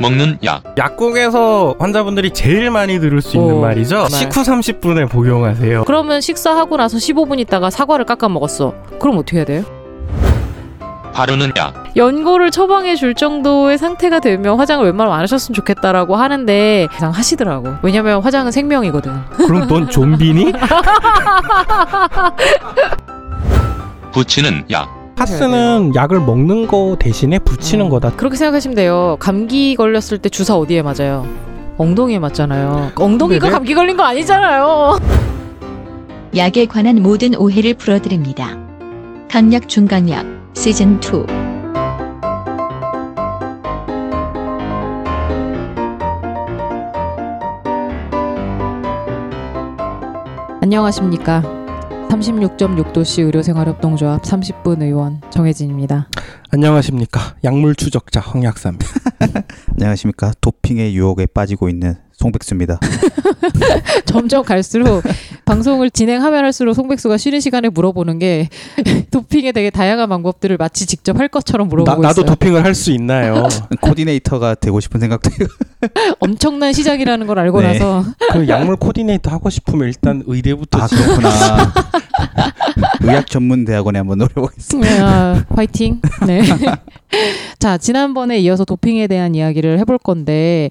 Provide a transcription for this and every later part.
먹는 약. 약국에서 환자분들이 제일 많이 들을 수 있는 오, 말이죠. 어, 정말. 식후 30분에 복용하세요. 그러면 식사하고 나서 15분 있다가 사과를 깎아 먹었어. 그럼 어떻게 해야 돼요? 바르는 약. 연고를 처방해 줄 정도의 상태가 되면 화장을 웬만하면 안 하셨으면 좋겠다라고 하는데 그냥 하시더라고. 왜냐면 화장은 생명이거든. 그럼 넌 좀비니? 붙이는 약. 파스는 약을 먹는 거 대신에 붙이는 음. 거다. 그렇게 생각하시면 돼요. 감기 걸렸을 때 주사 어디에 맞아요? 엉덩이에 맞잖아요. 엉덩이가 네네. 감기 걸린 거 아니잖아요. 약에 관한 모든 오해를 풀어드립니다. 강약 중강약 시즌 2 안녕하십니까. 36.6도씨 의료생활협동조합 30분 의원 정혜진입니다. 안녕하십니까. 약물 추적자 황약사입니다. 안녕하십니까 도핑의 유혹에 빠지고 있는 송백수입니다. 점점 갈수록 방송을 진행하면 할수록 송백수가 쉬는 시간에 물어보는 게 도핑에 되게 다양한 방법들을 마치 직접 할 것처럼 나, 물어보고 나도 있어요. 도핑을 할 수 있나요? 코디네이터가 되고 싶은 생각도 해요. 엄청난 시작이라는 걸 알고 네. 나서 그 약물 코디네이터 하고 싶으면 일단 의대부터 아 지금 그렇구나. 의학 전문 대학원에 한번 노려보겠습니다. 아, 화이팅. 네. 자, 지난번에 이어서 도핑에 대한 이야기를 해볼 건데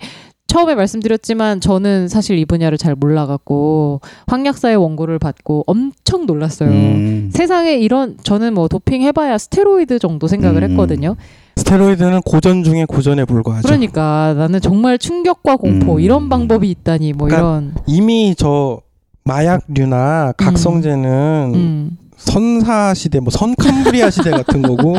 처음에 말씀드렸지만 저는 사실 이 분야를 잘 몰라갖고 황약사의 원고를 받고 엄청 놀랐어요. 음, 세상에 이런 저는 뭐 도핑 해봐야 스테로이드 정도 생각을 음. 했거든요. 스테로이드는 고전 중에 고전에 불과하죠. 그러니까 나는 정말 충격과 공포 음. 이런 방법이 있다니 뭐 그러니까 이런 이미 저 마약류나 각성제는 음. 선사 시대, 뭐 선캄브리아 시대 같은 거고,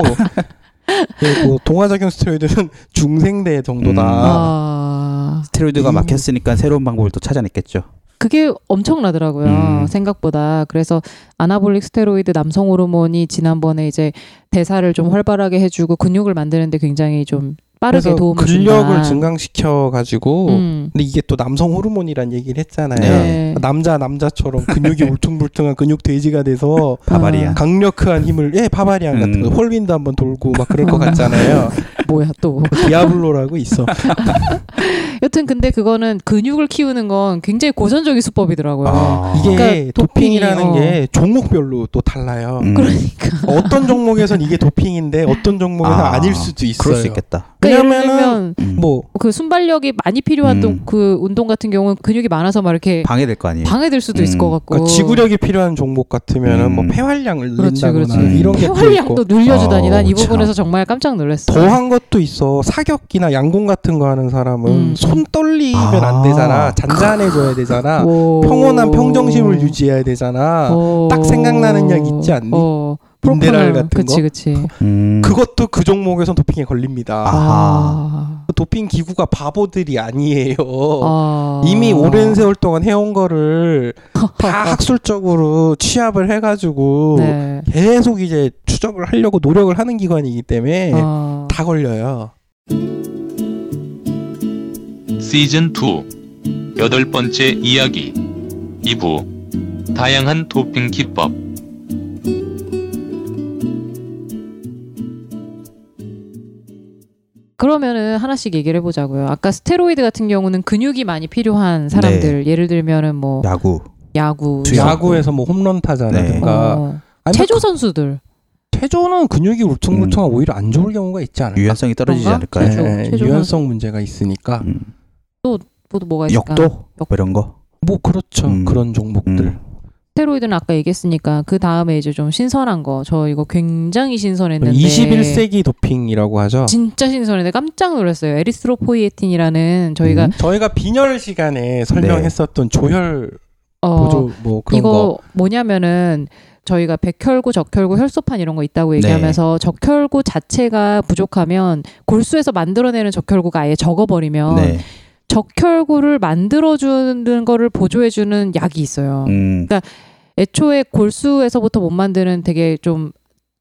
예, 뭐 동화작용 스테로이드는 중생대 정도다. 아. 스테로이드가 음. 막혔으니까 새로운 방법을 또 찾아냈겠죠. 그게 엄청나더라고요 음. 생각보다 그래서 아나볼릭 스테로이드 남성 호르몬이 지난번에 이제 대사를 좀 활발하게 해주고 근육을 만드는데 굉장히 좀 빠르게 그래서 도움을 근력을 준다. 증강시켜 가지고, 음. 근데 이게 또 남성 호르몬이란 얘기를 했잖아요. 네. 남자 남자처럼 근육이 울퉁불퉁한 근육 돼지가 돼서 바바리아. 강력한 힘을 예 바바리안 같은 거 음. 홀빈도 한번 돌고 막 그럴 것 음. 같잖아요. 뭐야 또 디아블로라고 있어. 여튼 근데 그거는 근육을 키우는 건 굉장히 고전적인 수법이더라고요 아. 이게 그러니까 도핑이라는 도핑이, 어. 게 종목별로 또 달라요. 음, 그러니까 어떤 종목에선 이게 도핑인데 어떤 종목에서는 아, 아, 닐 수도 있어요. 그럴 수 있겠다. 그러니까 예를 왜냐면은 들면 음, 뭐 그 순발력이 많이 필요한 음. 동- 그 운동 같은 경우는 근육이 많아서 막 이렇게 방해될 거 아니에요. 방해될 수도 있을 음. 것 같고 예. 그러니까 지구력이 필요한 종목 같으면은 뭐 음. 폐활량을 어. 그렇지, 늘린다거나 음. 그렇지. 이런 게 또 있고 폐활량도 늘려주다니 난 이 어우, 참. 부분에서 정말 깜짝 놀랐어 더한 것도 있어 사격기나 양궁 같은 거 하는 사람은 음. 손 떨리면 안 아. 되잖아 잔잔해져야 되잖아 오. 평온한 평정심을 유지해야 되잖아 어. 딱 생각나는 약 있지 않니? 어. 미네랄 프로폴. 같은 그치 거? 그치 음, 그것도 그 종목에선 도핑에 걸립니다 그 아. 아. 도핑 기구가 바보들이 아니에요 아. 어, 이미 오랜 세월 동안 해온 거를 다 학술적으로 취합을 해가지고 네. 계속 이제 추적을 하려고 노력을 하는 기관이기 때문에 아. 다 걸려요. 시즌 2. 여덟 번째 이야기. 2부. 다양한 도핑 기법. 그러면은 하나씩 얘기를 해보자고요 아까 스테로이드 같은 경우는 근육이 많이 필요한 사람들 예를 들면은 뭐 야구. 야구 투수. 어. 네. 야구에서 어. 뭐 홈런 타자라든가 네. 아니면 체조 선수들 체조는 근육이 울퉁불퉁한 오히려 안 좋을 경우가 있지 않을까? 음. 유연성이 떨어지지 그런가? 않을까요? 체조. 네, 체조는- 유연성 문제가 있으니까 음, 또 뭐가 있을까 역도 뭐 이런 거. 뭐 그렇죠 음. 그런 종목들 음. 스테로이드는 아까 얘기했으니까 그 다음에 이제 좀 신선한 거 저 이거 굉장히 신선했는데 21세기 네. 도핑이라고 하죠. 네. 진짜 신선했는데 깜짝 놀랐어요 에리스트로포이에틴이라는 저희가 음. 저희가 빈혈 시간에 설명했었던 네. 조혈 어, 보조 뭐 그런 이거 거 뭐냐면은 저희가 백혈구, 적혈구, 혈소판 이런 거 있다고 네. 얘기하면서 적혈구 자체가 부족하면 골수에서 만들어내는 적혈구가 아예 적어버리면 네. 적혈구를 만들어주는 거를 보조해주는 약이 있어요. 음, 애초에 골수에서부터 못 만드는 되게 좀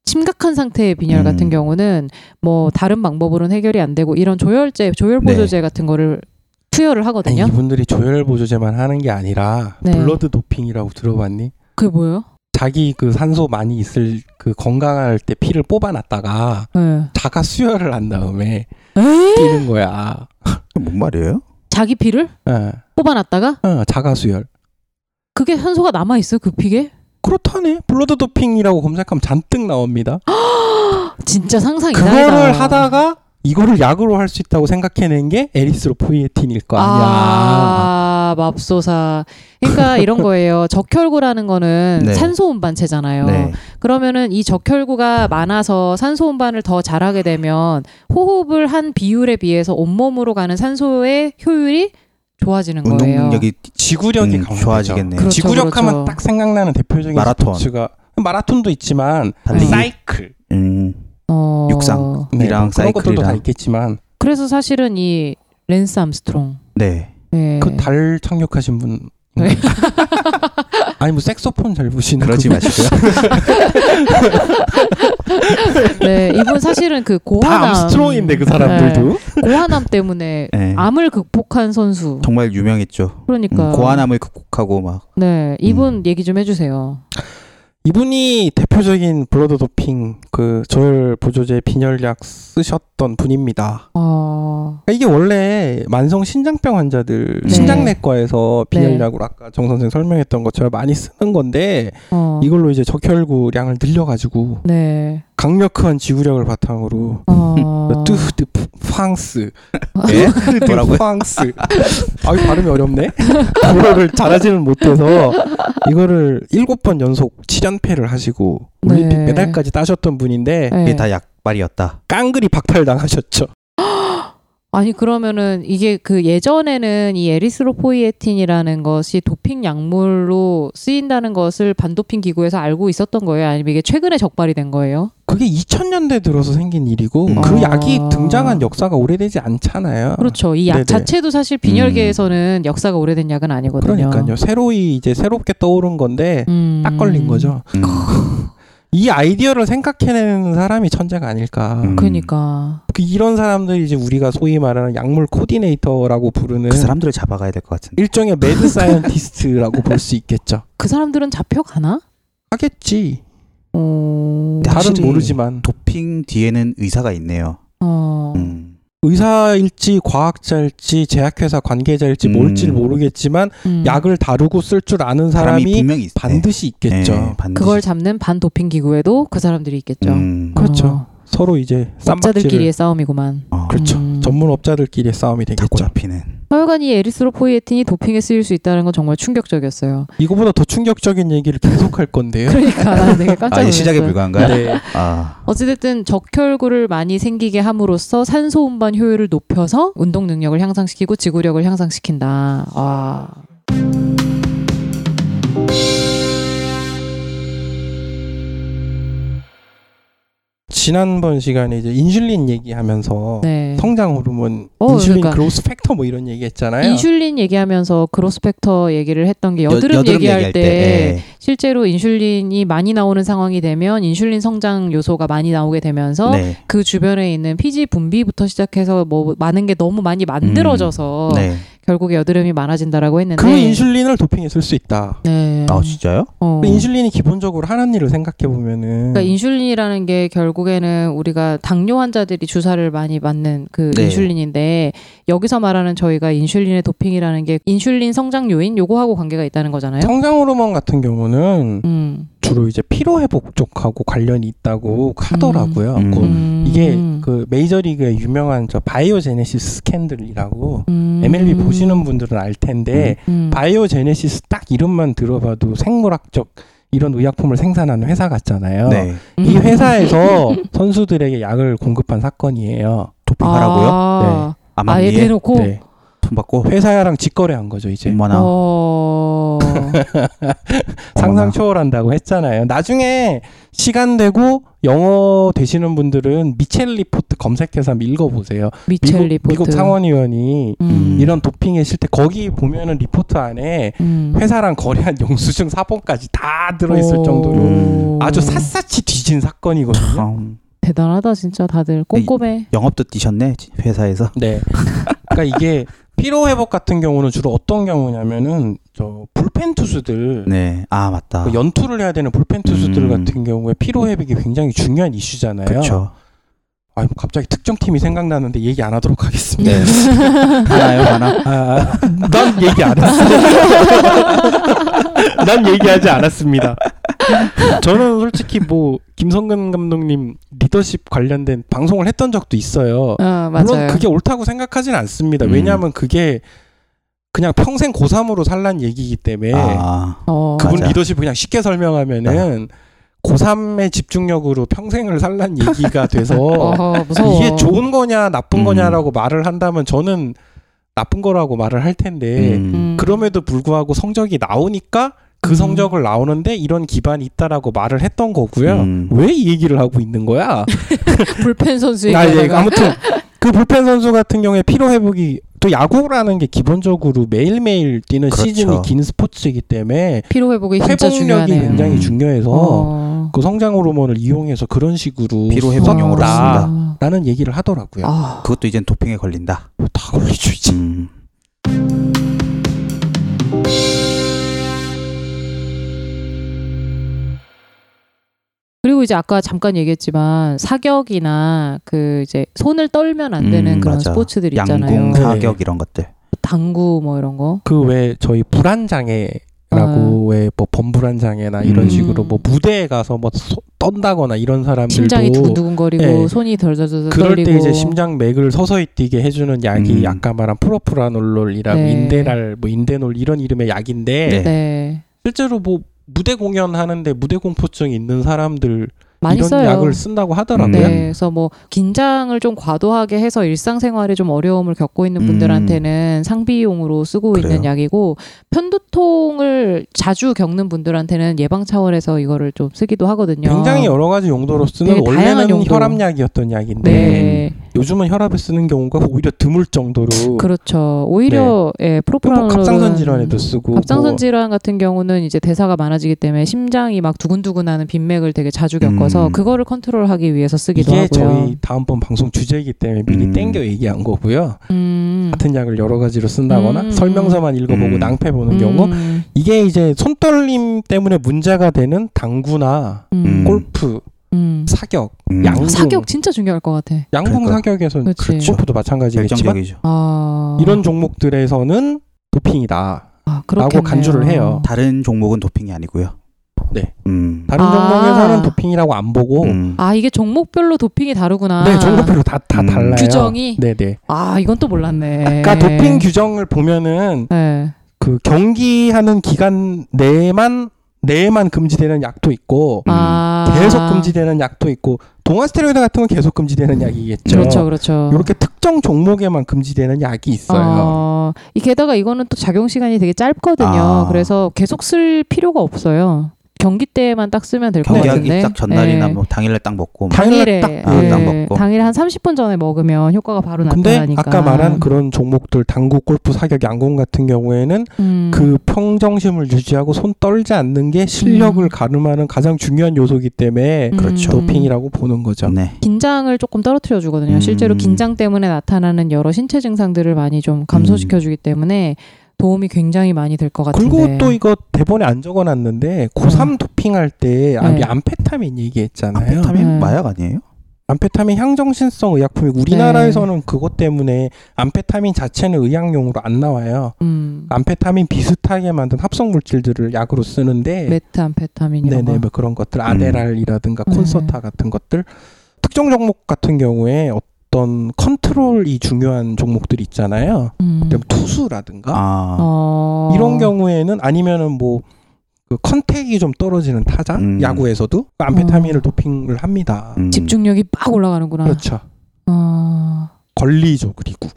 심각한 상태의 빈혈 음. 같은 경우는 뭐 다른 방법으로는 해결이 안 되고 이런 조혈제, 조혈 보조제 같은 거를 투여를 네. 아니, 하거든요. 네, 이분들이 조혈 보조제만 하는 게 아니라 네. 블러드 도핑이라고 들어봤니? 그게 뭐예요? 자기 그 산소 많이 있을 그 건강할 때 피를 뽑아놨다가 네. 자가 수혈을 한 다음에 에이? 뛰는 거야. 그게 뭔 말이에요? 자기 피를 예. 뽑아놨다가 어, 자가수열. 그게 현소가 남아 있어 요그 픽에? 그렇다네. 블러드 도핑이라고 검색하면 잔뜩 나옵니다. 진짜 아, 상상이 그거를 하다가 이거를 약으로 할 수 있다고 생각해낸 게 에리스로포이에틴일 거 아니야. 아, 맙소사. 그러니까 이런 거예요. 적혈구라는 거는 네. 산소 운반체잖아요. 네. 그러면은 이 적혈구가 많아서 산소 운반을 더 잘하게 되면 호흡을 한 비율에 비해서 온몸으로 가는 산소의 효율이 좋아지는 거예요. 운동력이 지구력이 음, 강화되죠. 좋아지겠네요. 그렇죠, 지구력 하면 그렇죠. 딱 생각나는 대표적인 마라톤. 스포츠가 마라톤도 있지만 달리기. 사이클 음, 네. 어, 육상. 네, 이랑 그런 것들도 다 사이클이랑. 있겠지만 그래서 사실은 이 랜스 암스트롱. 네. 예. 그 달 착륙하신 분 네. 아니 뭐 색소폰 잘 부시는 그러지 그분. 마시고요. 네, 이분 사실은 그 다 고환암. 암스트롱인데 그 사람들도 네. 고환암 때문에 네. 암을 극복한 선수. 정말 유명했죠. 음, 그러니까 고환암을 극복하고 막 네, 이분 음. 얘기 좀 해주세요. 이분이 대표적인 블러드 도핑 그 조혈 보조제 빈혈약 쓰셨던 분입니다. 어, 그러니까 이게 원래 만성 신장병 환자들 네. 신장내과에서 네. 빈혈약으로 아까 정 선생 설명했던 것처럼 많이 쓰는 건데 어, 이걸로 이제 적혈구량을 늘려가지고 네, 강력한 지구력을 바탕으로 어, 뜨드 프랑스 아, 예? 뭐라고 뭐라고요? 프랑스 아이 발음이 어렵네 불어를 잘하지는 못해서 이거를 일곱 번 연속 7연패를 하시고 올림픽 네. 메달까지 따셨던 분인데 네. 이게 다 약발이었다. 깡그리 박탈당하셨죠 아니 그러면은 이게 그 예전에는 이 에리스로포이에틴이라는 것이 도핑 약물로 쓰인다는 것을 반도핑 기구에서 알고 있었던 거예요? 아니면 이게 최근에 적발이 된 거예요? 그게 2000년대 들어서 생긴 일이고 음. 그 아. 약이 등장한 역사가 오래되지 않잖아요 그렇죠. 이 약 네네. 음. 자체도 사실 빈혈계에서는 역사가 오래된 약은 아니거든요. 그러니까요 새로이 이제 새롭게 떠오른 건데 음. 딱 걸린 거죠 음. 아, 이 아이디어를 생각해내는 사람이 천재가 아닐까 음. 그러니까. 그 이런 사람들이 이제 우리가 소위 말하는 약물 코디네이터라고 부르는 그 사람들을 잡아가야 될 것 같은데. 일종의 매드 사이언티스트라고 볼 수 있겠죠. 그 사람들은 잡혀가나? 하겠지. 어, 네. 다른 확실히 모르지만 도핑 뒤에는 의사가 있네요. 어. 음. 의사일지 과학자일지 제약회사 관계자일지 음. 뭘지 모르겠지만 음. 약을 다루고 쓸 줄 아는 사람이, 사람이 분명히 있, 반드시 네. 있겠죠. 네, 반드시. 그걸 잡는 반도핑 기구에도 그 사람들이 있겠죠. 어. 음. 그렇죠. 서로 이제 쌈박질을 업자들끼리의 싸움이구만. 어, 그렇죠. 음. 전문 업자들끼리의 싸움이 자꾸 되겠죠. 잡히는. 하여간 이 에리스로포이에틴이 도핑에 쓰일 수 있다는 건 정말 충격적이었어요. 이거보다 더 충격적인 얘기를 계속할 건데요. 그러니까 나는 되게 깜짝 아, 놀랐어요. 예, 시작에 불과한가요? 네. 아, 어찌됐든 적혈구를 많이 생기게 함으로써 산소 운반 효율을 높여서 운동 능력을 향상시키고 지구력을 향상시킨다. 와. 지난번 시간에 이제 인슐린 얘기하면서 네. 성장 호르몬, 어, 인슐린 그러니까. 그로스 팩터 뭐 이런 얘기했잖아요. 인슐린 얘기하면서 그로스펙터 얘기를 했던 게 여드름, 여- 얘기할, 때, 예. 실제로 인슐린이 많이 나오는 상황이 되면 인슐린 성장 요소가 많이 나오게 되면서 네. 그 주변에 있는 피지 분비부터 시작해서 뭐 많은 게 너무 많이 만들어져서 네. 결국에 여드름이 많아진다라고 했는데 그 인슐린을 도핑에 쓸 수 있다. 네. 아, 진짜요? 어. 근데 뭐 인슐린이 기본적으로 하는 일을 생각해 보면은 그러니까 인슐린이라는 게 결국에는 우리가 당뇨 환자들이 주사를 많이 맞는 그 네. 인슐린인데 여기서 말하는 저희가 인슐린의 도핑이라는 게 인슐린 성장 요인 요거하고 관계가 있다는 거잖아요. 성장 호르몬 같은 경우는 네. 음. 주로 이제 피로 회복 쪽하고 관련이 있다고 하더라고요. 음. 그 음. 이게 그 메이저리그의 유명한 저 바이오제네시스 스캔들이라고 음. MLB 보시는 분들은 알 텐데 음. 바이오제네시스 딱 이름만 들어봐도 생물학적 이런 의약품을 생산하는 회사 같잖아요. 네. 음. 이 회사에서 선수들에게 약을 공급한 사건이에요. 도핑하라고요? 아, 아예 암암리에 대놓고 네. 돈 받고 회사랑 직거래한 거죠, 이제. 엄마나 어. 상상 초월한다고 했잖아요. 나중에 시간 되고 영어 되시는 분들은 미첼 리포트 검색해서 한번 읽어보세요. 미첼 미국, 리포트 미국 상원의원이 음. 이런 도핑에 실태 거기 보면은 리포트 안에 음. 회사랑 거래한 영수증 사본까지 다 들어있을 오. 정도로 음. 아주 샅샅이 뒤진 사건이거든요. 음, 대단하다 진짜 다들 꼼꼼해. 영업도 뛰셨네 회사에서. 네. 그러니까 이게 피로 회복 같은 경우는 주로 어떤 경우냐면은 저 불펜 투수들 네. 아 맞다. 그 연투를 해야 되는 불펜 투수들 음. 같은 경우에 피로 회복이 굉장히 중요한 이슈잖아요. 그렇죠. 아, 갑자기 특정 팀이 생각나는데 얘기 안 하도록 하겠습니다. 네. 하나요, 하나? 아, 아, 난 얘기 안 했어. 난 얘기하지 않았습니다. 저는 솔직히 뭐 김성근 감독님 리더십 관련된 방송을 했던 적도 있어요. 어, 물론 맞아요. 그게 옳다고 생각하진 않습니다. 음. 왜냐하면 그게 그냥 평생 고3으로 살란 얘기이기 때문에 아, 어, 그분 맞아. 리더십 그냥 쉽게 설명하면은 고3의 집중력으로 평생을 살란 얘기가 돼서 어허, 무서워. 아, 이게 좋은 거냐 나쁜 음. 거냐라고 말을 한다면 저는 나쁜 거라고 말을 할 텐데 음. 음. 그럼에도 불구하고 성적이 나오니까 그 음. 성적을 나오는데 이런 기반이 있다라고 말을 했던 거고요. 음. 왜 이 얘기를 하고 있는 거야? 불펜 선수 아, 예. 얘기하다가 아무튼 그 불펜 선수 같은 경우에 피로 회복이 또 야구라는 게 기본적으로 매일매일 뛰는 그렇죠. 시즌이 긴 스포츠이기 때문에 피로 회복이 진짜 회복력이 중요하네요. 굉장히 음. 중요해서 어. 그 성장 호르몬을 이용해서 그런 식으로 피로 회복용으로 썼다. 쓴다. 라는 얘기를 하더라고요. 아, 그것도 이젠 도핑에 걸린다. 다 걸리죠 이제. 음. 그리고 이제 아까 잠깐 얘기했지만 사격이나 그 이제 손을 떨면 안 되는 음, 그런 맞아. 스포츠들 있잖아요. 양궁, 네. 사격 이런 것들. 당구 뭐 이런 거. 그 왜 저희 불안 아. 장애라고 왜 뭐 범불안 장애나 이런 음. 식으로 뭐 무대에 가서 뭐 소- 떤다거나 이런 사람들도 심장이 두근두근거리고 예. 손이 덜덜덜 그럴 떨리고. 때 이제 심장 맥을 서서히 뛰게 해주는 약이 음. 아까 말한 프로프라놀롤이라고 네. 인데랄 뭐 인데놀 이런 이름의 약인데 네. 네. 실제로 뭐 무대 공연하는데 무대 공포증 있는 사람들 많이 이런 써요. 약을 쓴다고 하더라고요. 네, 그래서 뭐 긴장을 좀 과도하게 해서 일상생활에 좀 어려움을 겪고 있는 음. 분들한테는 상비용으로 쓰고 그래요? 있는 약이고 편두통을 자주 겪는 분들한테는 예방 차원에서 이거를 좀 쓰기도 하거든요. 굉장히 여러 가지 용도로 쓰는 아. 되게 다양한 원래는 용도. 혈압약이었던 약인데 네, 요즘은 혈압에 쓰는 경우가 오히려 드물 정도로 그렇죠. 오히려 예, 네. 또뭐 프로프라놀 갑상선 질환에도 쓰고 갑상선 뭐 질환 같은 경우는 이제 대사가 많아지기 때문에 심장이 막 두근두근하는 빈맥을 되게 자주 겪어서 음. 그거를 컨트롤하기 위해서 쓰기도 이게 하고요. 저희 다음번 방송 주제이기 때문에 미리 음. 땡겨 얘기한 거고요. 음. 같은 약을 여러 가지로 쓴다거나 음. 설명서만 읽어보고 음. 낭패 보는 음. 경우 이게 이제 손떨림 때문에 문제가 되는 당구나 음. 꼴- 골프, 음. 사격, 음. 양궁, 사격 진짜 중요할 것 같아. 양궁 그러니까. 사격에서는 그치. 그렇죠. 골프도 마찬가지겠지만 결정적이죠. 아 이런 종목들에서는 도핑이다. 아, 그렇겠네요. 간주를 해요. 다른 종목은 도핑이 아니고요. 네. 음. 다른 아. 종목에서는 도핑이라고 안 보고 음. 아 이게 종목별로 도핑이 다르구나. 네 종목별로 다 다 음. 달라요. 규정이? 네네. 아 이건 또 몰랐네. 아까 도핑 규정을 보면은 네. 그 경기하는 기간 내에만 내에만 금지되는 약도 있고 음. 아 음, 계속 금지되는 약도 있고 동화 스테로이드 같은 건 계속 금지되는 약이겠죠. 그렇죠, 그렇죠. 이렇게 특정 종목에만 금지되는 약이 있어요. 어, 이 게다가 이거는 또 작용 시간이 되게 짧거든요. 아. 그래서 계속 쓸 필요가 없어요. 경기 때만 딱 쓰면 될 것 같은데. 경기하기 딱 전날이나 예. 뭐 당일날 딱 먹고 막 당일에 당일에 딱- 아, 예, 딱 먹고. 당일에 한 30분 전에 먹으면 효과가 바로 근데 나타나니까. 아까 말한 그런 종목들 당구, 골프, 사격, 양궁 같은 경우에는 음. 그 평정심을 유지하고 손 떨지 않는 게 실력을 음. 가늠하는 가장 중요한 요소이기 때문에 음. 그렇죠. 도핑이라고 보는 거죠. 네. 긴장을 조금 떨어뜨려 주거든요. 음. 실제로 긴장 때문에 나타나는 여러 신체 증상들을 많이 좀 감소시켜 주기 때문에 도움이 굉장히 많이 될 것 같은데. 음. 음. 그리고 또 이거 대본에 안 적어놨는데 고3 도핑할 때 아, 네. 암페타민 얘기했잖아요. 암페타민 네. 마약 아니에요? 암페타민 향정신성 의약품이 우리나라에서는 네. 그것 때문에 암페타민 자체는 의약용으로 안 나와요. 아, 음. 암페타민 비슷하게 만든 합성 물질들을 약으로 쓰는데 메타암페타민 이런 예. 네네 거. 뭐 그런 것들 아데랄이라든가 네. 콘서타 같은 것들 특정 종목 같은 경우에 어떤 컨트롤이 중요한 종목들이 있잖아요. 음. 그럼 투수라든가 아, 어. 이런 경우에는 아니면은 뭐 그 컨택이 좀 떨어지는 타자 음. 야구에서도 그 암페타민을 어. 도핑을 합니다. 음. 집중력이 빡 올라가는구나. 그렇죠. 어. 걸리죠. 그리고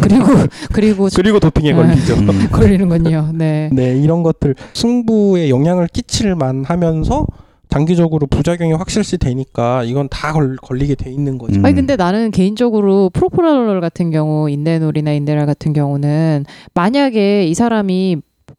그리고 그리고 그리고 도핑에 아. 걸리죠. 음. 걸리는군요. 네. 네, 이런 것들 승부에 영향을 끼칠 만하면서 장기적으로 부작용이 확실시 되니까 이건 다 걸, 걸리게 돼 있는 거죠. 음. 아니 근데 나는 개인적으로 프로포랄롤 같은 경우 인대놀이나 인대랄 같은 경우는 만약에 이 사람이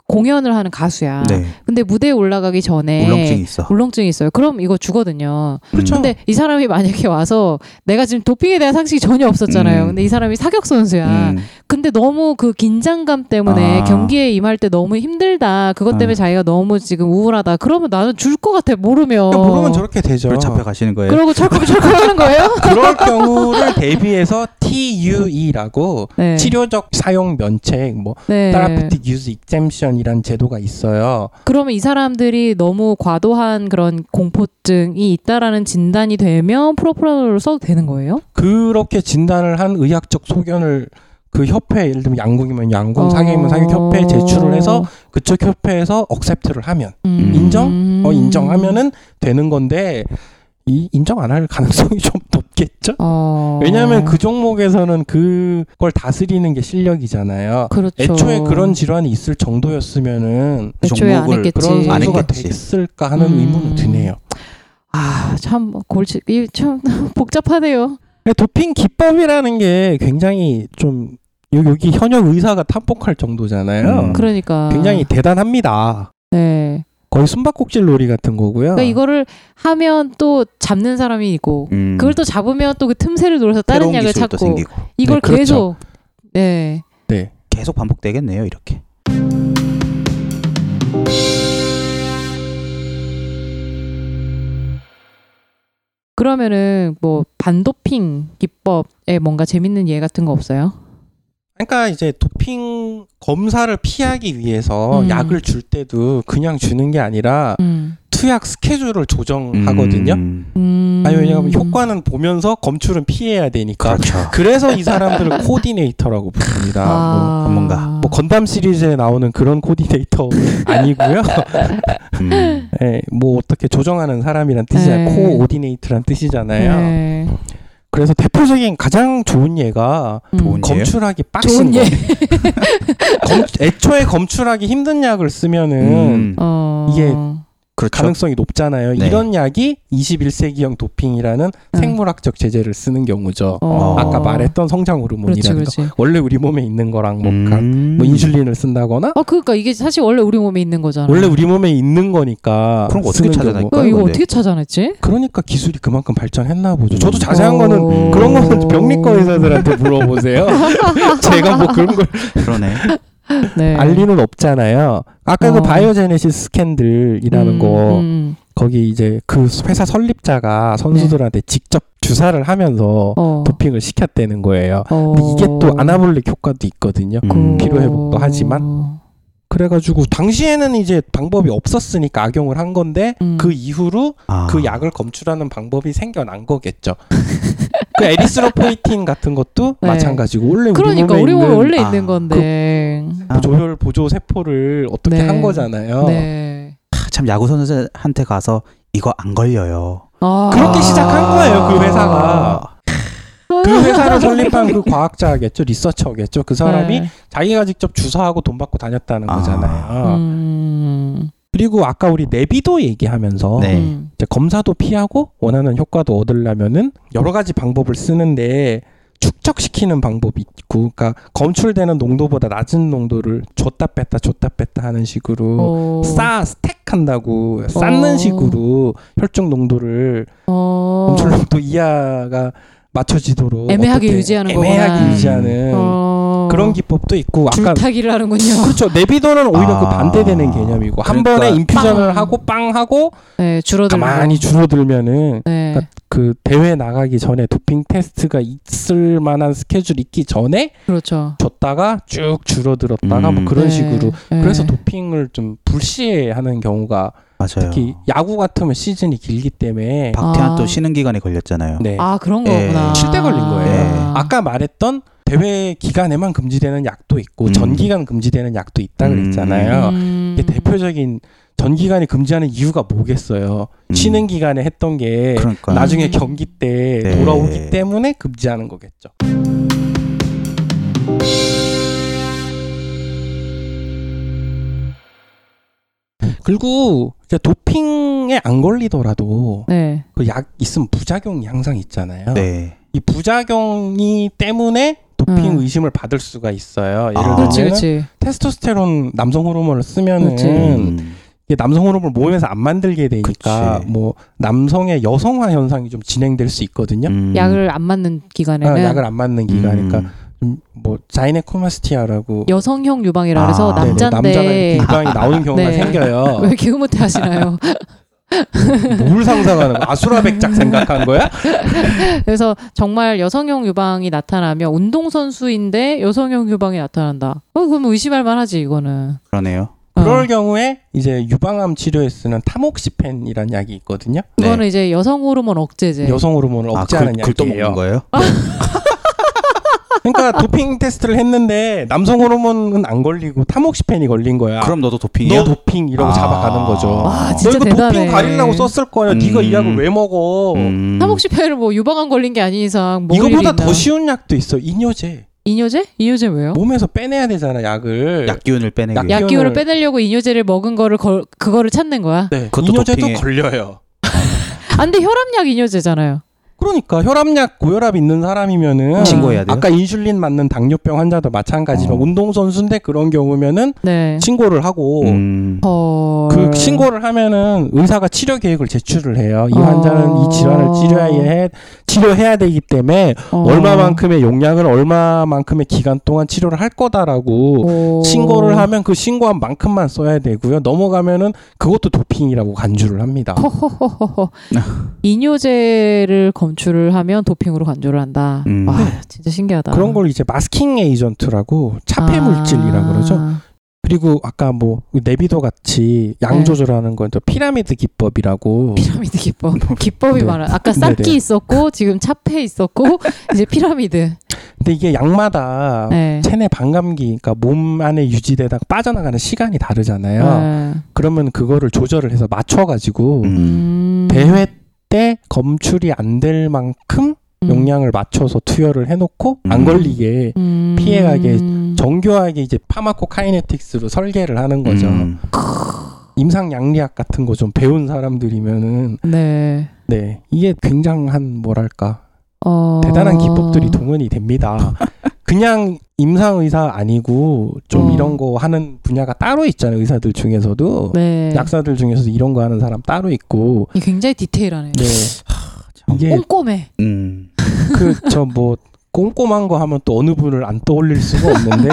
공연을 하는 가수야. 네. 근데 무대에 올라가기 전에 울렁증이 있어. 네. 음. 울렁증이 아, 있어요. 그럼 이거 주거든요. 그렇죠. 근데 이 사람이 만약에 와서 내가 지금 도핑에 대한 상식이 전혀 없었잖아요. 음. 근데 이 사람이 사격 선수야. 음. 근데 너무 그 긴장감 때문에 아. 경기에 임할 때 너무 힘들다. 그것 음. 때문에 아. 자기가 너무 지금 우울하다. 그러면 나는 줄 것 같아. 모르면. 그러니까 모르면 저렇게 되죠. 그걸 잡혀 가시는 거예요. 그러고 철컥철컥 하는 거예요? 그럴 경우를 대비해서 TUE라고 네. 치료적 사용 면책 뭐 네. 테라피틱 유즈 익셈션이라는 제도가 있어요. 그러면 이 사람들이 너무 과도한 그런 공포증이 있다라는 진단이 되면 프로포폴을 써도 되는 거예요? 그렇게 진단을 한 의학적 소견을 그 협회 예를 들면 양궁이면 양궁, 어. 상해이면 상해 협회에 제출을 해서 그쪽 협회에서 억셉트를 하면 음. 인정? 어 인정하면은 되는 건데 이 인정 안 할 가능성이 좀 높겠죠? 어. 왜냐하면 그 종목에서는 그걸 다스리는 게 실력이잖아요. 그렇죠. 애초에 그런 질환이 있을 정도였으면은 그 애초에 안 종목을 했겠지. 그런 안 선수가 했겠지. 됐을까 하는 음. 의문은 드네요. 아, 참 골치 이참 복잡하네요. 근데 도핑 기법이라는 게 굉장히 좀 요- 여기 현역 의사가 탐복할 정도잖아요. 음. 그러니까 굉장히 대단합니다. 네. 거의 숨바꼭질 놀이 같은 거고요. 그러니까 이거를 하면 또 잡는 사람이 있고 음, 그걸 또 잡으면 또 그 틈새를 노려서 다른 새로운 약을 기술도 찾고 생기고. 이걸 네, 그렇죠. 계속 네. 네. 계속 반복되겠네요 이렇게 그러면은 뭐 반도핑 기법에 뭔가 재밌는 예 같은 거 없어요? 그러니까 이제 도핑 검사를 피하기 위해서 음. 약을 줄 때도 그냥 주는 게 아니라 음. 투약 스케줄을 조정하거든요. 음, 음. 아니 왜냐하면 효과는 보면서 검출은 피해야 되니까. 그렇죠 그래서 이 사람들을 코디네이터라고 부릅니다. 뭐, 아. 뭔가. 뭐 건담 시리즈에 나오는 그런 코디네이터 아니고요. 음, 예, 뭐 어떻게 조정하는 사람이란 뜻이 네. 야 뭐, 코오디네이트란 뜻이잖아요. 네. 그래서 대표적인 가장 좋은 예가 음. 좋은 예. 검출하기 빡센 좋은 거. 예. 검, 애초에 검출하기 힘든 약을 쓰면은 음, 어. 이게 그렇죠 가능성이 높잖아요. 네. 이런 약이 21세기형 도핑이라는 음. 생물학적 제재를 쓰는 경우죠. 어. 그렇죠, 아까 말했던 성장 그렇지 호르몬이라는 거. 그렇지. 원래 우리 몸에 있는 거랑 뭐, 가- 음. 뭐 인슐린을 쓴다거나 아 그러니까 이게 사실 원래 우리 몸에 있는 거잖아. 원래 우리 네. 몸에 있는 거니까 그런 거 쓰는 어떻게 찾아낼 경우- 그러니까 이거 건데. 어떻게 찾아냈지? 그러니까 기술이 그만큼 발전했나 보죠. 어. 음. 저도 자세한 거는 오. 그런 거는 병리과 의사들한테 물어보세요. 제가 뭐 그런 걸 그러네 네. 알 리는 없잖아요. 아까 어. 그 바이오제네시스 스캔들이라는 음, 거 음. 거기 이제 그 회사 설립자가 선수들한테 직접 주사를 하면서 네. 어. 도핑을 시켰다는 거예요. 어. 아, 근데 이게 또 아나볼릭 효과도 있거든요. 음. 피로 회복도 하지만. 그래가지고 당시에는 이제 방법이 없었으니까 악용을 한 건데 음. 그 이후로 아, 그 약을 검출하는 방법이 생겨난 거겠죠. 그 에리스로포이틴 같은 것도 네. 마찬가지고 원래 그러니까 우리 몸에 있는 원래 아, 있는 건데. 아, 조혈 보조 세포를 어떻게 네. 한 거잖아요. 네. 참 야구 선수한테 가서 이거 안 걸려요 아. 그렇게 시작한 거예요, 그 회사가. 아, 그 회사를 설립한 그 과학자겠죠, 리서처겠죠. 그 사람이 네. 자기가 직접 주사하고 돈 받고 다녔다는 아. 거잖아요. 음. 그리고 아까 우리 내비도 얘기하면서 네. 음. 이제 검사도 피하고 원하는 효과도 얻으려면은 여러 가지 방법을 쓰는데 축적시키는 방법이 있고, 그러니까 검출되는 농도보다 낮은 농도를 줬다 뺐다 줬다 뺐다 하는 식으로 어. 쌓 스택한다고 쌓는 어. 식으로 혈중 농도를 어. 검출 농도 이하가 맞춰지도록 애매하게 어떻게 유지하는 애매하게 거구나. 유지하는 어. 그런 기법도 있고 아까 줄타기를 하는군요. 그렇죠 내비도는 오히려 아. 그 반대되는 개념이고 한 그러니까 번에 인퓨전을 빵. 하고 빵 하고 네, 줄어들고. 그 가만히 줄어들면은 네. 그러니까 그 대회 나가기 전에 도핑 테스트가 있을 만한 스케줄 있기 전에 그렇죠. 줬다가 쭉 줄어들었다가 뭐 음. 그런 네. 식으로 네. 그래서 도핑을 좀 불시하는 경우가 네. 맞아요 특히 야구 같으면 시즌이 길기 때문에 박태환 또 아. 쉬는 기간에 걸렸잖아요 네. 아 그런 예. 거구나. 네. 칠대 걸린 거예요. 예. 아까 말했던 대회 기간에만 금지되는 약도 있고 음. 전기간 금지되는 약도 있다 그랬잖아요. 음. 이게 대표적인 전기간에 금지하는 이유가 뭐겠어요? 음. 쉬는 기간에 했던 게 그러니까 나중- 나중에 음. 경기 때 네. 돌아오기 때문에 금지하는 거겠죠. 그리고 이제 도핑에 안 걸리더라도 네. 그 약 있으면 부작용이 항상 있잖아요. 네 이 부작용이 때문에 도핑 음. 의심을 받을 수가 있어요. 아. 예를 그렇지, 들면 그렇지. 테스토스테론 남성 호르몬을 그렇지. 쓰면은 음. 이게 남성 호르몬을 몸에서 안 만들게 되니까 그치. 뭐 남성의 여성화 현상이 좀 진행될 수 있거든요. 음. 약을 안 맞는 기간에는 아, 약을 안 맞는 기간이니까 음. 좀 뭐 자이네코마스티아라고 여성형 유방이라 아, 그래서 네네, 네네, 남잔데 남자가 이렇게 유방이 나오는 경우가 네. 생겨요. 왜 이렇게 흐뭇해 하시나요? 뭘 상상하는 거야? 아수라백작 생각한 거야? 그래서 정말 여성형 유방이 나타나면 운동선수인데 여성형 유방이 나타난다. 어, 그럼 의심할 만하지, 이거는. 그러네요. 어. 그럴 경우에 이제 유방암 치료에 쓰는 타목시펜이라는 약이 있거든요. 네. 그거는 이제 여성 호르몬 억제제. 네. 여성 호르몬을 억제하는 글, 아, 그, 또 약이에요. 먹는 거예요? 그러니까 도핑 테스트를 했는데 남성 호르몬은 안 걸리고 타목시펜이 걸린 거야. 그럼 너도 도핑이야? 아, 너 도핑 이라고 아. 잡아가는 거죠. 와, 어, 너 진짜 이거 대단해. 도핑 가리려고 썼을 거야. 음. 네가 이 약을 왜 먹어? 음. 타목시패를 뭐 유방암 걸린 게 아닌 이상 먹을 일이 이거보다 있나? 더 쉬운 약도 있어. 이뇨제. 이뇨제? 이뇨제 왜요? 몸에서 빼내야 되잖아 약을. 약기운을 빼내기 약- 위해. 약기운을- 약기운을 빼내려고 이뇨제를 먹은 거를 걸, 그거를 찾는 거야. 네. 그것도 이뇨제도 도핑에- 걸려요. 안 돼, 혈압약 이뇨제잖아요. 그러니까 혈압약 고혈압 있는 사람이면은 음. 신고해야 돼요? 아까 인슐린 맞는 당뇨병 환자도 마찬가지로 어. 운동 선수인데 그런 경우면은 네. 신고를 하고 음. 헐. 그 신고를 하면은 의사가 치료 계획을 제출을 해요. 이 어. 환자는 이 질환을 치료해야 해, 치료해야 되기 때문에 어. 얼마만큼의 용량을 얼마만큼의 기간 동안 치료를 할 거다라고 오. 신고를 하면 그 신고한 만큼만 써야 되고요. 넘어가면은 그것도 도핑이라고 간주를 합니다. 허허허허. 네. 이뇨제를 검출을 하면 도핑으로 간주를 한다. 음. 와, 네. 진짜 신기하다. 그런 걸 이제 마스킹 에이전트라고 차폐 물질이라고 그러죠. 아. 그리고 아까 뭐 내비도 같이 양 네. 조절하는 건 또 피라미드 기법이라고 피라미드 기법. 기법이 네. 많아. 아까 네네. 쌉기 있었고 지금 차폐 있었고 이제 피라미드. 근데 이게 약마다 네. 체내 반감기, 그러니까 몸 안에 유지되다가 빠져나가는 시간이 다르잖아요. 네. 그러면 그거를 조절을 해서 맞춰가지고 음. 음. 대회 때 검출이 안 될 만큼 음. 용량을 맞춰서 투여를 해놓고 음. 안 걸리게 음. 피해가게 정교하게 이제 파마코 카이네틱스로 설계를 하는 거죠. 음. 임상 양리학 같은 거 좀 배운 사람들이면은 네. 네 이게 굉장한 뭐랄까 어. 대단한 기법들이 동원이 됩니다. 그냥 임상 의사 아니고 좀 어. 이런 거 하는 분야가 따로 있잖아요. 의사들 중에서도 네. 약사들 중에서 이런 거 하는 사람 따로 있고 이 굉장히 디테일하네. 네. 참. 이게 꼼꼼해. 음. 그 저 뭐 꼼꼼한 거 하면 또 어느 분을 안 떠올릴 수가 없는데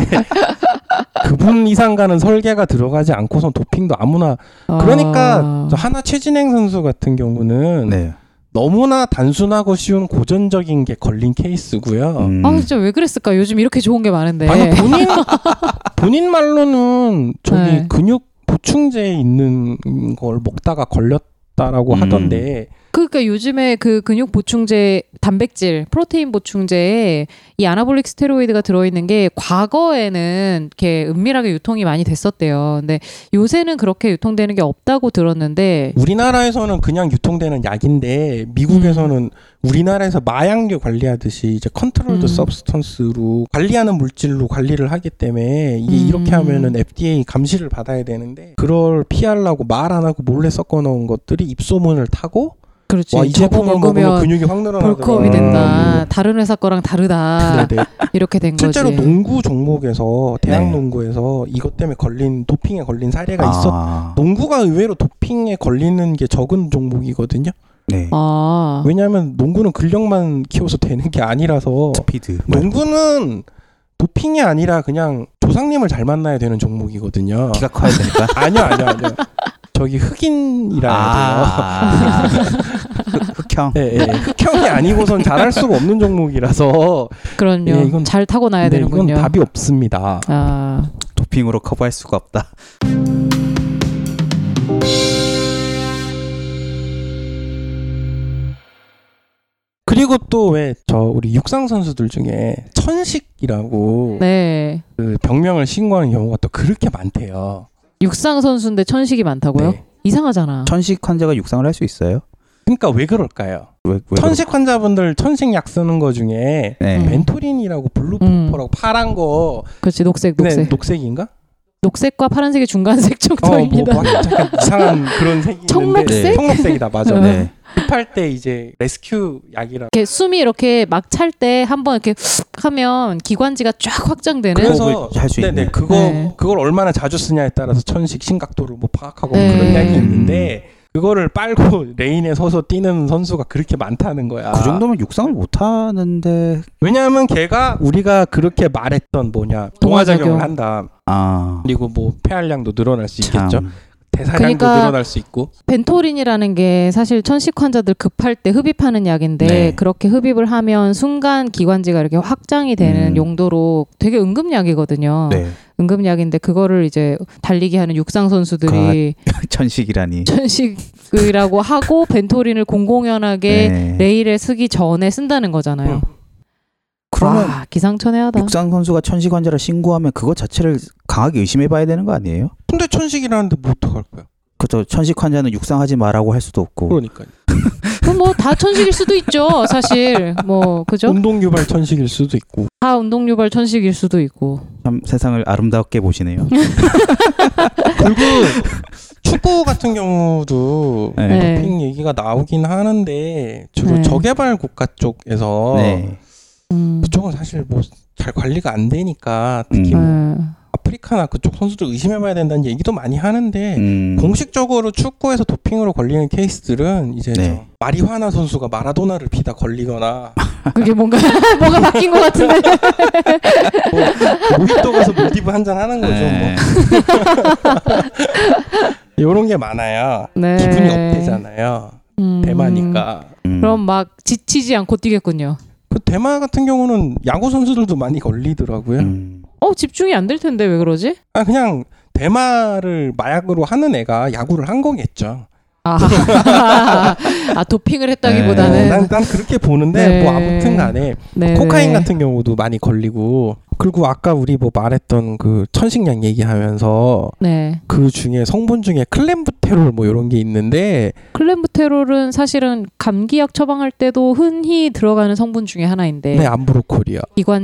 그분 이상 가는 설계가 들어가지 않고선 도핑도 아무나 그러니까 아. 저 하나 최진행 선수 같은 경우는 네. 너무나 단순하고 쉬운 고전적인 게 걸린 케이스고요. 음. 아 진짜 왜 그랬을까? 요즘 이렇게 좋은 게 많은데. 아니 본인 본인 말로는 저기 네. 근육 보충제 있는 걸 먹다가 걸렸다라고 음. 하던데 그러니까 요즘에 그 근육 보충제, 단백질, 프로테인 보충제에 이 아나볼릭 스테로이드가 들어있는 게 과거에는 이렇게 은밀하게 유통이 많이 됐었대요. 근데 요새는 그렇게 유통되는 게 없다고 들었는데 우리나라에서는 그냥 유통되는 약인데 미국에서는 우리나라에서 마약류 관리하듯이 이제 컨트롤드 음. 서브스턴스로 관리하는 물질로 관리를 하기 때문에 이게 음. 이렇게 하면은 FDA 감시를 받아야 되는데 그걸 피하려고 말 안 하고 몰래 섞어 놓은 것들이 입소문을 타고 그렇지. 와 이 저거 제품을 먹으면 근육이 확 음. 늘어나더라. 벌크업이 된다. 아. 다른 회사 거랑 다르다. 네네. 이렇게 된 실제로 거지. 농구 종목에서 대학 네. 농구에서 이것 때문에 걸린 도핑에 걸린 사례가 있었. 아. 농구가 의외로 도핑에 걸리는 게 적은 종목이거든요. 네. 아. 왜냐하면 농구는 근력만 키워서 되는 게 아니라서 스피드. 뭐 농구는 도핑이 아니라 그냥 조상님을 잘 만나야 되는 종목이거든요. 키가 커야 되니까. 아니요, 아니요, 아니요. 저기 흑인이라 해야 돼요. 아. 흑- 흑형. 예, 예. 흑형이 아니고선 잘할 수가 없는 종목이라서 그럼요. 예, 이건- 잘 타고 나야 근데 되는군요. 이건 답이 없습니다. 아. 도핑으로 커버할 수가 없다. 그리고 또 왜 저 우리 육상 선수들 중에 천식이라고 네. 그 병명을 신고하는 경우가 또 그렇게 많대요. 육상 선수인데 천식이 많다고요? 네. 이상하잖아. 천식 환자가 육상을 할 수 있어요? 그러니까 왜 그럴까요? 왜, 왜 그럴- 천식 환자분들 천식 약 쓰는 거 중에 네. 음. 벤토린이라고 블루퍼라고 파란 거 그렇지. 음. 녹색, 근데 녹색. 네, 녹색인가? 녹색과 파란색의 중간색 어뭐 정도입니다. 뭐 약간 이상한 그런 색이 있는데 청록색? 네. 청록색이다 맞아. 네. 네. 급할 때 이제 레스큐 약이라고 이렇게 숨이 이렇게 막 찰 때 한번 이렇게 하면 기관지가 쫙 확장되는 그래서 할수 네네 있는. 그거 네. 그걸 얼마나 자주 쓰냐에 따라서 천식 심각도를 뭐 파악하고 네. 그런 약이 음. 있는데 그거를 빨고 레인에 서서 뛰는 선수가 그렇게 많다는 거야. 그 정도면 육상을 못 하는데 왜냐하면 걔가 우리가 그렇게 말했던 뭐냐 동화작용을 동화작용. 한다. 아 그리고 뭐 폐활량도 늘어날 수 있겠죠. 참. 대사량도 그러니까- 늘어날 수 있고 벤토린이라는 게 사실 천식 환자들 급할 때 흡입하는 약인데 네. 그렇게 흡입을 하면 순간 기관지가 이렇게 확장이 되는 음. 용도로 되게 응급약이거든요. 네. 응급약인데 그거를 이제 달리기 하는 육상 선수들이 천식이라니. 천식이라고 하고 벤토린을 공공연하게 네. 레일에 쓰기 전에 음. 쓴다는 어, 거잖아요. 그러면 와 기상천외하다. 육상 선수가 천식 환자를 신고하면 그것 자체를 강하게 의심해봐야 되는 거 아니에요? 근데 천식이라는데 뭐 어떡할 거야? 그렇죠. 천식 환자는 육상하지 마라고 할 수도 없고. 그러니까 요 그럼 뭐 다 천식일 수도 있죠. 사실 뭐 그죠? 운동 유발 천식일 수도 있고 다 운동 유발 천식일 수도 있고. 참 세상을 아름답게 보시네요. 그리고 축구 같은 경우도 네. 네. 핑 얘기가 나오긴 하는데 주로 네. 저개발 국가 쪽에서 네. 음. 그쪽은 사실 뭐 잘 관리가 안 되니까 특히 음. 뭐 네. 아프리카나 그쪽 선수들 의심해봐야 된다는 얘기도 많이 하는데 음. 공식적으로 축구에서 도핑으로 걸리는 케이스들은 이제 네. 저 마리화나 선수가 마라도나를 피다 걸리거나 그게 뭔가 뭔가 바뀐 것 같은데. 뭐 모히또 가서 몰디브 한잔 하는 거죠. 뭐. 네. 뭐 이런 게 많아요. 네. 기분이 업되잖아요. 음. 대마니까. 음. 그럼 막 지치지 않고 뛰겠군요. 그 대마 같은 경우는 야구 선수들도 많이 걸리더라고요. 음. 어 집중이 안 될 텐데 왜 그러지? 아 그냥 대마를 마약으로 하는 애가 야구를 한 거겠죠. 아, 아 도핑을 어, 네. 했다기보다는 난, 난 그렇게 보는데 네. 뭐 아무튼간에 네, 코카인 네. 같은 경우도 많이 걸리고 그리고 아까 우리 뭐 말했던 그 천식량 얘기하면서 네 그 중에 성분 중에 클램부테롤 뭐 이런 게 있는데 클렘부테롤은 사실은 감기약 처방할 때도 흔히 들어가는 성분 중에 하나인데 네, 암브로콜이요.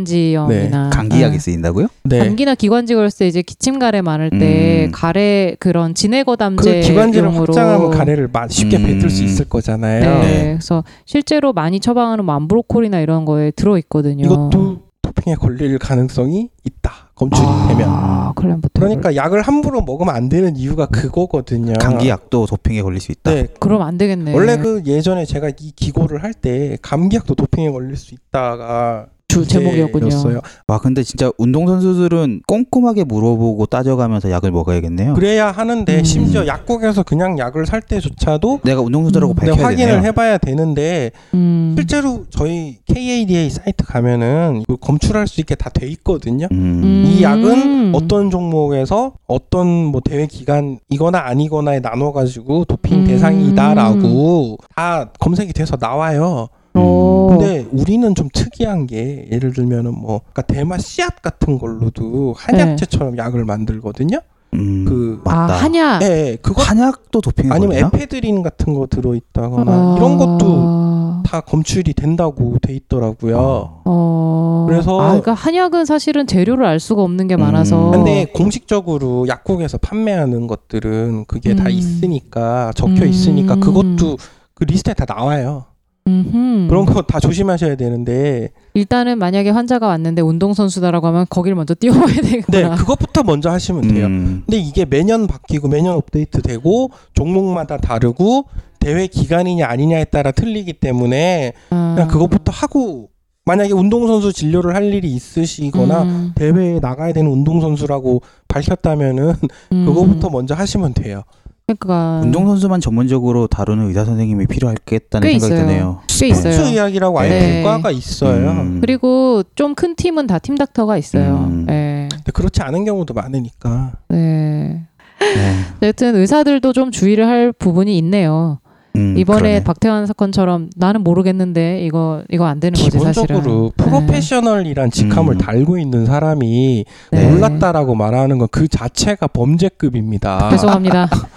기관지염이나 감기약이 아, 쓰인다고요? 네. 감기나 기관지 걸렸을 때 이제 기침가래 마를 때 음. 가래 그런 그 진해거담제 기관지를 용으로 확장하면 가래를 마- 쉽게 음. 뱉을 수 있을 네. 거잖아요. 네. 그래서 실제로 많이 처방하는 뭐 암브로콜이나 이런 거에 들어 있거든요. 이것도 도핑에 걸릴 가능성이 있다. 검출이 되면. 아, 클렘부테롤. 그러니까 약을 함부로 먹으면 안 되는 이유가 그거거든요. 감기약도 도핑에 걸릴 수 있다. 아. 네. 그럼 안 되겠네. 원래 그 예전에 제가 이 기고를 할 때 감기약도 도핑에 걸릴 수 있다가 주 제목이었군요. 주제였어요. 와 근데 진짜 운동 선수들은 꼼꼼하게 물어보고 따져가면서 약을 먹어야겠네요. 그래야 하는데 음. 심지어 약국에서 그냥 약을 살 때조차도 내가 운동 선수라고 음. 네, 밝혀야 확인을 되네요. 해봐야 되는데 음. 실제로 저희 KADA 사이트 가면은 이거 검출할 수 있게 다 돼 있거든요. 음. 이 음. 약은 어떤 종목에서 어떤 뭐 대회 기간이거나 아니거나에 나눠가지고 도핑 음. 음. 대상이다라고 다 검색이 돼서 나와요. 어. 근데 우리는 좀 특이한 게 예를 들면은 뭐 그러니까 대마 씨앗 같은 걸로도 한약재처럼 약을 만들거든요. 음. 그 아, 맞다. 한약. 예, 예, 그거 한약도 도핑에 아니면 걸리나? 에페드린 같은 거 들어있다거나 아. 이런 것도 다 검출이 된다고 돼 있더라고요. 아. 어. 그래서- 아, 그러니까 한약은 사실은 재료를 알 수가 없는 게 음. 많아서. 근데 공식적으로 약국에서 판매하는 것들은 그게 음. 다 있으니까 적혀 음. 있으니까 그것도 그 리스트에 다 나와요. 음흠. 그런 거 다 조심하셔야 되는데 일단은 만약에 환자가 왔는데 운동 선수다라고 하면 거길 먼저 뛰어봐야 네 되구나. 그것부터 먼저 하시면 돼요. 음. 근데 이게 매년 바뀌고 매년 업데이트되고 종목마다 다르고 대회 기간이냐 아니냐에 따라 틀리기 때문에 아. 그냥 그것부터 하고 만약에 운동선수 진료를 할 일이 있으시거나 대회에 나가야 되는 운동선수라고 밝혔다면은 음. 그거부터 먼저 하시면 돼요. 그러니까 운동 선수만 전문적으로 다루는 의사 선생님이 필요하겠다는 꽤 생각이 있어요. 드네요. 꽤 있어요. 선수 이야기라고 아예 네. 분과가 있어요. 음. 그리고 좀 큰 팀은 다 팀 닥터가 있어요. 음. 네. 근데 그렇지 않은 경우도 많으니까. 네. 네. 여튼 의사들도 좀 주의를 할 부분이 있네요. 음, 이번에 그러네. 박태환 사건처럼 나는 모르겠는데 이거 이거 안 되는 거지 사실은. 네. 기본적으로 프로페셔널이란 직함을 음. 달고 있는 사람이 네. 몰랐다라고 말하는 건 그 자체가 범죄급입니다. 죄송합니다. 아.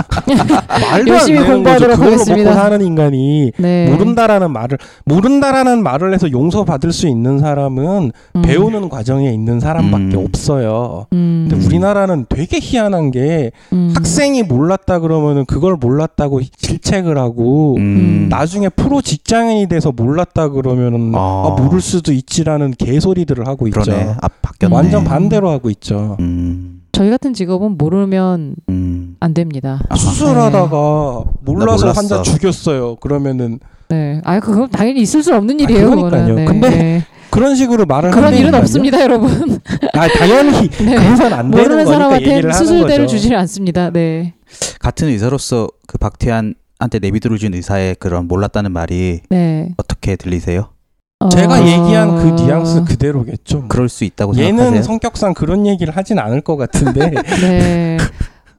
말도 열심히 안 되는 거죠. 공부하도록 그걸로 하겠습니다. 먹고 사는 인간이 네. 모른다라는 말을 모른다라는 말을 해서 용서받을 수 있는 사람은 음. 배우는 과정에 있는 사람밖에 음. 없어요. 음. 근데 우리나라는 되게 희한한 게 음. 학생이 몰랐다 그러면은 그걸 몰랐다고 질책을 하고 음. 나중에 프로 직장인이 돼서 몰랐다 그러면은 아. 아, 모를 수도 있지라는 개소리들을 하고 있죠. 그러네. 앞 바뀌었네. 완전 반대로 하고 있죠. 음. 저희 같은 직업은 모르면 음. 안 됩니다. 아하. 수술하다가 몰라서 몰랐어. 환자 죽였어요. 그러면은 네. 아 그건 당연히 있을 수 없는 일이에요. 아, 그러니까요. 그거는. 네. 근데 네. 그런 식으로 말을 그런 하는 일은 인간이요? 없습니다, 여러분. 아 당연히 네. 그래서는 안 되는 모르는 거니까 사람한테 얘기를 하는 수술대를 거죠. 주지 않습니다. 네. 같은 의사로서 그 박태환한테 내비두를 준 의사의 그런 몰랐다는 말이 네. 어떻게 들리세요? 제가 어, 얘기한 그 뉘앙스 그대로겠죠. 뭐. 그럴 수 있다고 얘는 생각하세요? 성격상 그런 얘기를 하진 않을 것 같은데 네.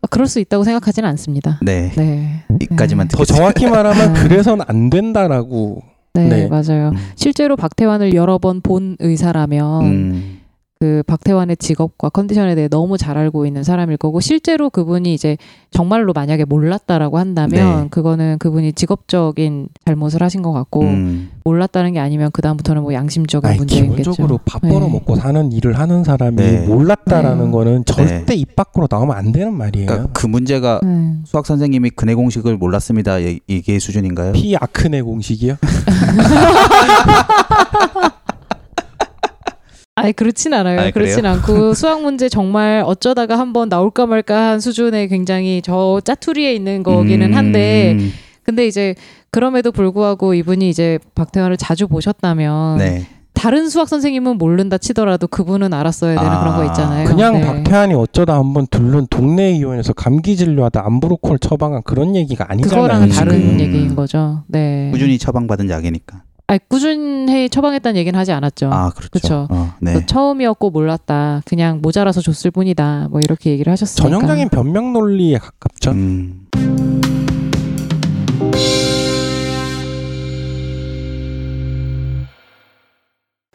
어, 그럴 수 있다고 생각하지는 않습니다. 네. 네. 여기까지만 더 듣겠습니다. 정확히 말하면 아. 그래선 안 된다라고 네, 네. 맞아요. 음. 실제로 박태환을 여러 번 본 의사라면 음. 그 박태환의 직업과 컨디션에 대해 너무 잘 알고 있는 사람일 거고 실제로 그분이 이제 정말로 만약에 몰랐다라고 한다면 네. 그거는 그분이 직업적인 잘못을 하신 것 같고 음. 몰랐다는 게 아니면 그 다음부터는 뭐 양심적인 아니, 문제겠죠. 기본적으로 밥 벌어 네. 먹고 사는 일을 하는 사람이 네. 몰랐다라는 네. 거는 절대 네. 입 밖으로 나오면 안 되는 말이에요. 그러니까 그 문제가 네. 수학 선생님이 근해 공식을 몰랐습니다. 예, 이- 이게 수준인가요? 피 아크네 공식이요? 아니 그렇진 않아요. 아니, 그래요? 그렇진 않고 수학 문제 정말 어쩌다가 한번 나올까 말까 한 수준의 굉장히 저 짜투리에 있는 거기는 한데 음. 근데 이제 그럼에도 불구하고 이분이 이제 박태환을 자주 보셨다면 네. 다른 수학 선생님은 모른다 치더라도 그분은 알았어야 되는 아, 그런 거 있잖아요. 그냥 네. 박태환이 어쩌다 한번 들른 동네 의원에서 감기 진료하다 암브로콜 처방한 그런 얘기가 아니잖아요. 그거랑은 다른 지금. 얘기인 거죠. 네. 꾸준히 처방받은 약이니까. 아니, 꾸준히 처방했다는 얘기는 하지 않았죠. 아 그렇죠. 그쵸. 어, 그 네. 처음이었고 몰랐다. 그냥 모자라서 줬을 뿐이다. 뭐 이렇게 얘기를 하셨으니까. 전형적인 변명 논리에 가깝죠. 음.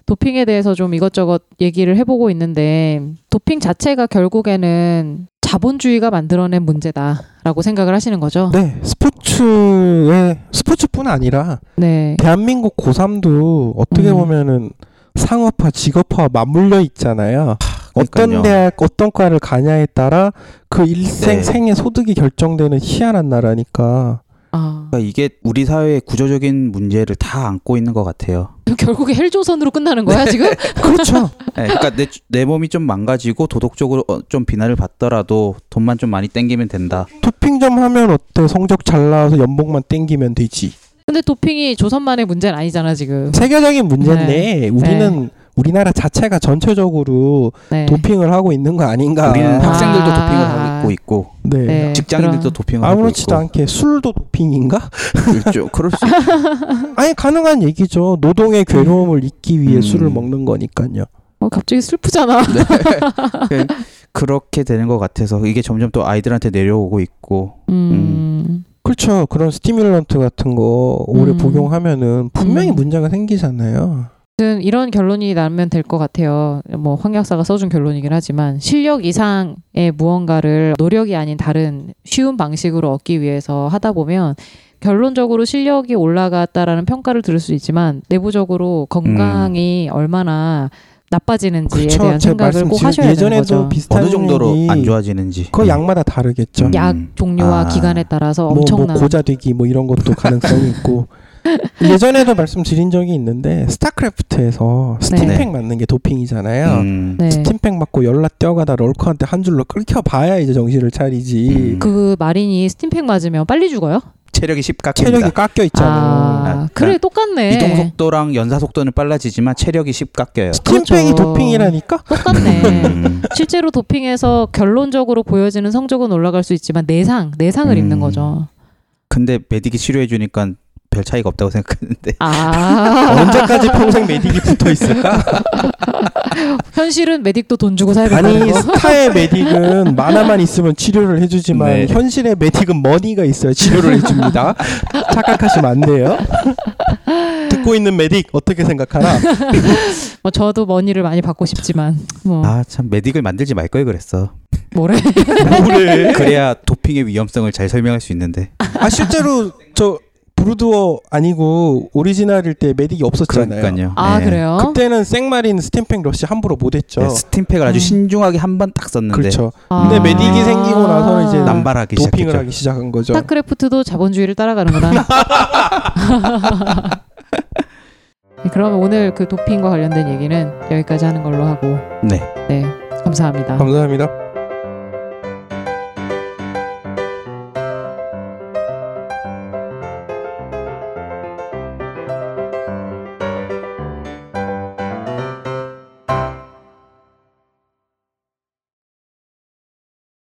도핑에 대해서 좀 이것저것 얘기를 해보고 있는데 도핑 자체가 결국에는 자본주의가 만들어낸 문제다라고 생각을 하시는 거죠. 네, 스포츠에 스포츠뿐 아니라 네. 대한민국 고3도 어떻게 음. 보면은 상업화, 직업화와 맞물려 있잖아요. 어떤 그러니까요. 대학, 어떤 과를 가냐에 따라 그 일생 네. 생애 소득이 결정되는 희한한 나라니까. 아. 그러니까 이게 우리 사회의 구조적인 문제를 다 안고 있는 것 같아요. 결국에 헬조선으로 끝나는 거야 지금? 그렇죠. 네, 그러니까 내, 내 몸이 좀 망가지고 도덕적으로 어, 좀 비난을 받더라도 돈만 좀 많이 땡기면 된다. 토핑 좀 하면 어때? 성적 잘 나와서 연봉만 땡기면 되지. 근데 도핑이 조선만의 문제는 아니잖아 지금. 세계적인 문제인데 우리는 우리나라 자체가 전체적으로 네. 도핑을 하고 있는 거 아닌가. 우리는 아. 학생들도 도핑을 하고 있고 있고 네. 네, 직장인들도 그럼. 도핑을 하고 아무렇지도 있고. 않게 술도 도핑인가? 그렇죠. 그럴 수 아니 가능한 얘기죠. 노동의 괴로움을 잊기 위해 음. 술을 먹는 거니까요. 어, 갑자기 슬프잖아. 네. 그렇게 되는 것 같아서 이게 점점 또 아이들한테 내려오고 있고 음. 그렇죠. 그런 스티뮬런트 같은 거 오래 음. 복용하면은 분명히 음. 문제가 생기잖아요. 아무튼 이런 결론이 나면 될 것 같아요. 뭐 황약사가 써준 결론이긴 하지만 실력 이상의 무언가를 노력이 아닌 다른 쉬운 방식으로 얻기 위해서 하다 보면 결론적으로 실력이 올라갔다라는 평가를 들을 수 있지만 내부적으로 건강이 얼마나 나빠지는지에 대한 음. 제가 생각을 꼭 하셔야 되는 예전에도 거죠. 비슷한 어느 정도로 얘기, 안 좋아지는지. 그 약마다 다르겠죠. 음. 약 종류와 아. 기간에 따라서 뭐, 뭐 엄청난 고자되기 뭐 이런 것도 가능성이 있고 예전에도 말씀드린 적이 있는데 스타크래프트에서 스팀팩 네. 맞는 게 도핑이잖아요. 음. 네. 스팀팩 맞고 연락 뛰어가다 럴커한테 한 줄로 끊겨봐야 이제 정신을 차리지. 음. 그 마린이 스팀팩 맞으면 빨리 죽어요? 체력이 10각 체력이 깎여 있잖아요. 아, 아, 그래 그러니까 똑같네. 이동 속도랑 연사 속도는 빨라지지만 체력이 10 깎여요. 스팀팩이 그렇죠. 도핑이라니까? 똑같네. 음. 실제로 도핑해서 결론적으로 보여지는 성적은 올라갈 수 있지만 내상 내상을 음. 입는 거죠. 근데 메딕이 치료해 주니까 별 차이가 없다고 생각하는데. 아 언제까지 평생 메딕이 붙어 있을까? 현실은 메딕도 돈 주고 살고 있는 아니 거. 스타의 메딕은 만화만 있으면 치료를 해주지만 네. 현실의 메딕은 머니가 있어야 치료를 해줍니다. 착각하시면 안 돼요. 듣고 있는 메딕 어떻게 생각하나? 뭐 저도 머니를 많이 받고 싶지만 뭐 아 참 메딕을 만들지 말 걸 그랬어. 뭐래. 뭐래? 그래야 도핑의 위험성을 잘 설명할 수 있는데. 아 실제로 저 브루드워 아니고 오리지널일 때 메딕이 없었잖아요. 그러니까요. 아 네. 그래요? 그때는 생마린 스탬팽 러시 함부로 못했죠. 네, 스팀팩을 아주 음. 신중하게 한 번 딱 썼는데 그렇죠. 아. 근데 메딕이 생기고 나서는 이제 남- 남발하기 도핑을 시작했죠. 하기 시작한 거죠. 스타크래프트도 자본주의를 따라가는구나. 네, 그러면 오늘 그 도핑과 관련된 얘기는 여기까지 하는 걸로 하고 네. 네 감사합니다. 감사합니다.